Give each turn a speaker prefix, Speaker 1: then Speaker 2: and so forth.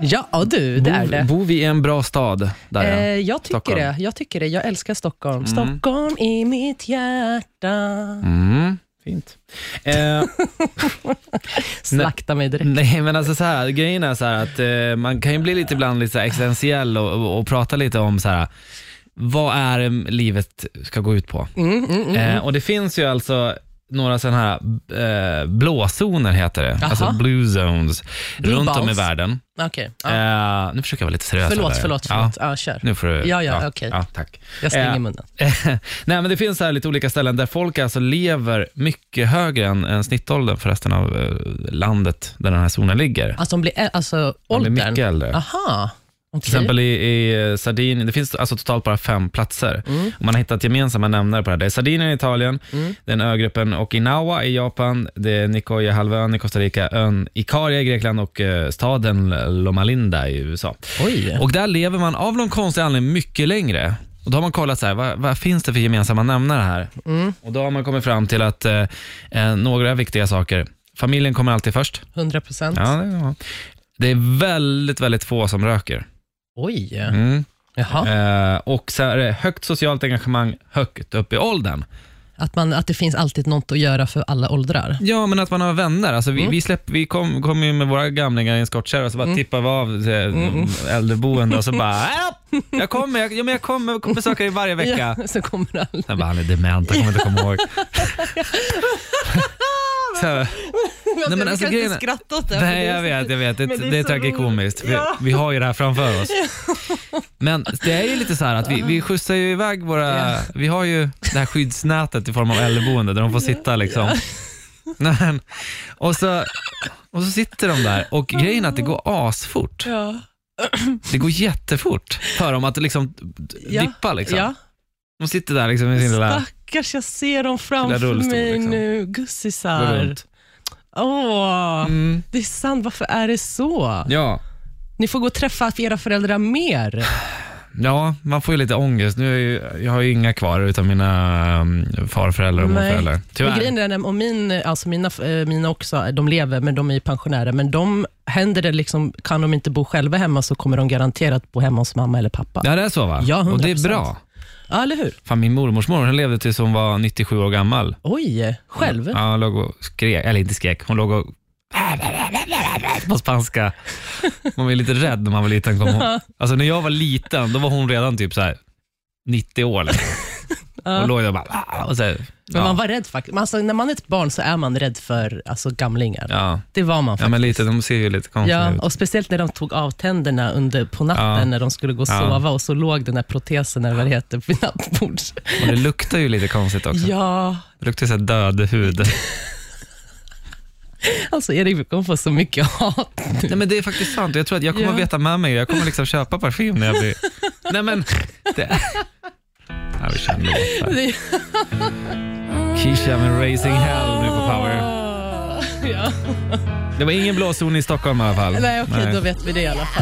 Speaker 1: Ja du, det är det.
Speaker 2: Bor vi i en bra stad? Där,
Speaker 1: Eh,
Speaker 2: ja.
Speaker 1: jag, tycker
Speaker 2: Stockholm.
Speaker 1: det, jag tycker det. Jag älskar Stockholm. Stockholm i mitt hjärta.
Speaker 2: mm. Fint. Eh,
Speaker 1: Slakta mig direkt.
Speaker 2: nej, men alltså så här, grejen är så här att eh, man kan ju bli lite ibland lite så här existentiell och, och, och prata lite om så här, vad är det livet ska gå ut på?
Speaker 1: Mm, mm, mm.
Speaker 2: Eh, och det finns ju alltså några sådana här eh, blåzoner heter det,
Speaker 1: Jaha.
Speaker 2: alltså blue zones,
Speaker 1: Blue
Speaker 2: runt om i
Speaker 1: balls.
Speaker 2: världen.
Speaker 1: Okej. Ja.
Speaker 2: Eh, nu försöker jag vara lite seriös.
Speaker 1: Förlåt,
Speaker 2: här.
Speaker 1: förlåt,
Speaker 2: Ja,
Speaker 1: förlåt. Ja. kör.
Speaker 2: nu får du...
Speaker 1: Ja, ja, okej.
Speaker 2: ja, tack.
Speaker 1: Jag stänger
Speaker 2: eh,
Speaker 1: munnen.
Speaker 2: Nej, men det finns så här lite olika ställen där folk alltså lever mycket högre än, än snittåldern för resten av eh, landet där den här zonen ligger.
Speaker 1: Alltså, de blir, ä- alltså
Speaker 2: De blir
Speaker 1: åldern?
Speaker 2: mycket äldre.
Speaker 1: Aha.
Speaker 2: Till
Speaker 1: Okej.
Speaker 2: exempel i, i eh, Sardinien, det finns alltså totalt bara fem platser.
Speaker 1: Mm.
Speaker 2: Och man har hittat gemensamma nämnare på det här. Det är Sardinien i Italien, den ögruppen Okinawa i Japan, det är Nicoya-halvön i Costa Rica, ön Ikaria i Grekland och eh, staden Loma Linda i USA.
Speaker 1: Oj.
Speaker 2: Och där lever man av någon konstig anledning mycket längre. Och då har man kollat så här, vad, vad finns det för gemensamma nämnare här?
Speaker 1: Mm.
Speaker 2: Och då har man kommit fram till att eh, eh, några viktiga saker. Familjen kommer alltid först.
Speaker 1: 100 procent.
Speaker 2: Ja, det, ja. det är väldigt, väldigt få som röker.
Speaker 1: Oj.
Speaker 2: Mm.
Speaker 1: Jaha.
Speaker 2: Eh, och så är det högt socialt engagemang högt upp i åldern.
Speaker 1: Att, man, att det finns alltid något att göra för alla åldrar.
Speaker 2: Ja, men att man har vänner. Alltså, vi
Speaker 1: Mm.
Speaker 2: vi, släpp, vi kom, kom ju med våra gamlingar i en skottkärra och så bara tippar vi av eh,
Speaker 1: Mm.
Speaker 2: äldreboende och så bara, "Äh, jag kommer, jag, ja, men jag kommer, jag kommer besöka dig varje vecka.
Speaker 1: Ja, så kommer alla.
Speaker 2: Jag bara, han är dement, han kommer inte komma ihåg. så, här, men
Speaker 1: vi
Speaker 2: alltså,
Speaker 1: kan
Speaker 2: grejen är-
Speaker 1: inte skratta åt det. för
Speaker 2: nej,
Speaker 1: det är
Speaker 2: jag
Speaker 1: så-
Speaker 2: vet, jag vet. Det,
Speaker 1: Men det
Speaker 2: det,
Speaker 1: är
Speaker 2: är
Speaker 1: så
Speaker 2: tragikomiskt.
Speaker 1: roligt.
Speaker 2: Vi,
Speaker 1: Ja.
Speaker 2: vi har ju det här framför oss. Men det är ju lite så här att vi, vi skjutsar ju iväg våra...
Speaker 1: Ja.
Speaker 2: Vi har ju det här skyddsnätet i form av äldreboende där de får sitta liksom. Nej, men- och, så, och så sitter de där och grejen är att det går asfort.
Speaker 1: Ja.
Speaker 2: Det går jättefort för dem att liksom
Speaker 1: Ja.
Speaker 2: dippa. Liksom.
Speaker 1: Ja.
Speaker 2: De sitter där liksom i sin lilla...
Speaker 1: Stackars, jag ser dem
Speaker 2: Lilla
Speaker 1: framför
Speaker 2: rullstol,
Speaker 1: mig
Speaker 2: liksom.
Speaker 1: nu.
Speaker 2: går
Speaker 1: Gussisar.
Speaker 2: runt.
Speaker 1: Åh,
Speaker 2: Mm.
Speaker 1: det är sant. Varför är det så?
Speaker 2: Ja.
Speaker 1: Ni får gå och träffa era föräldrar mer.
Speaker 2: Ja, man får ju lite ångest. Nu är ju, jag har ju inga kvar utav mina um, farföräldrar och
Speaker 1: Nej.
Speaker 2: morföräldrar.
Speaker 1: Men
Speaker 2: Tyvärr.
Speaker 1: grejen är, den, och min, alltså mina, eh, mina också, de lever, men de är ju pensionärer. Men de, händer det liksom, kan de inte bo själva hemma så kommer de garanterat bo hemma hos mamma eller pappa. Ja,
Speaker 2: Ja, det är så va?
Speaker 1: Ja,
Speaker 2: och det är
Speaker 1: 100%.
Speaker 2: bra.
Speaker 1: eller hur?
Speaker 2: Fan, min mormors mor, hon levde tills hon var 97 år gammal.
Speaker 1: Oj, själv?
Speaker 2: Ja, hon låg och skrek, eller inte skrek, hon låg och på spanska. Man var ju lite rädd när man var liten. Kom hon. Alltså när jag var liten, då var hon redan typ så här 90 år. Liksom. Hon låg där och bara... Och så här,
Speaker 1: Men man
Speaker 2: ja.
Speaker 1: var rädd faktiskt. Alltså, när man är ett barn så är man rädd för alltså, gamlingar.
Speaker 2: Ja.
Speaker 1: Det var man
Speaker 2: ja,
Speaker 1: faktiskt.
Speaker 2: men lite, de ser ju lite konstiga
Speaker 1: Ja,
Speaker 2: ut.
Speaker 1: och speciellt när de tog av tänderna under, på natten
Speaker 2: Ja.
Speaker 1: när de skulle gå och
Speaker 2: Ja.
Speaker 1: sova och så låg den här protesen, eller vad det heter, på nattbords.
Speaker 2: Och det luktar ju lite konstigt också.
Speaker 1: Ja,
Speaker 2: Det luktar så här död hud.
Speaker 1: alltså Erik, vi kommer få så mycket hat.
Speaker 2: Nej men det är faktiskt sant och jag tror att jag kommer
Speaker 1: Ja.
Speaker 2: att veta med mig, jag kommer liksom köpa parfym när jag blir... Nej men... Det... Ja, vi kör en låt här.
Speaker 1: Det-
Speaker 2: Keisha med Racing Hell nu på Power.
Speaker 1: Ja.
Speaker 2: Det var ingen blåzon i Stockholm i alla fall.
Speaker 1: Nej, okej, då vet vi det i alla fall.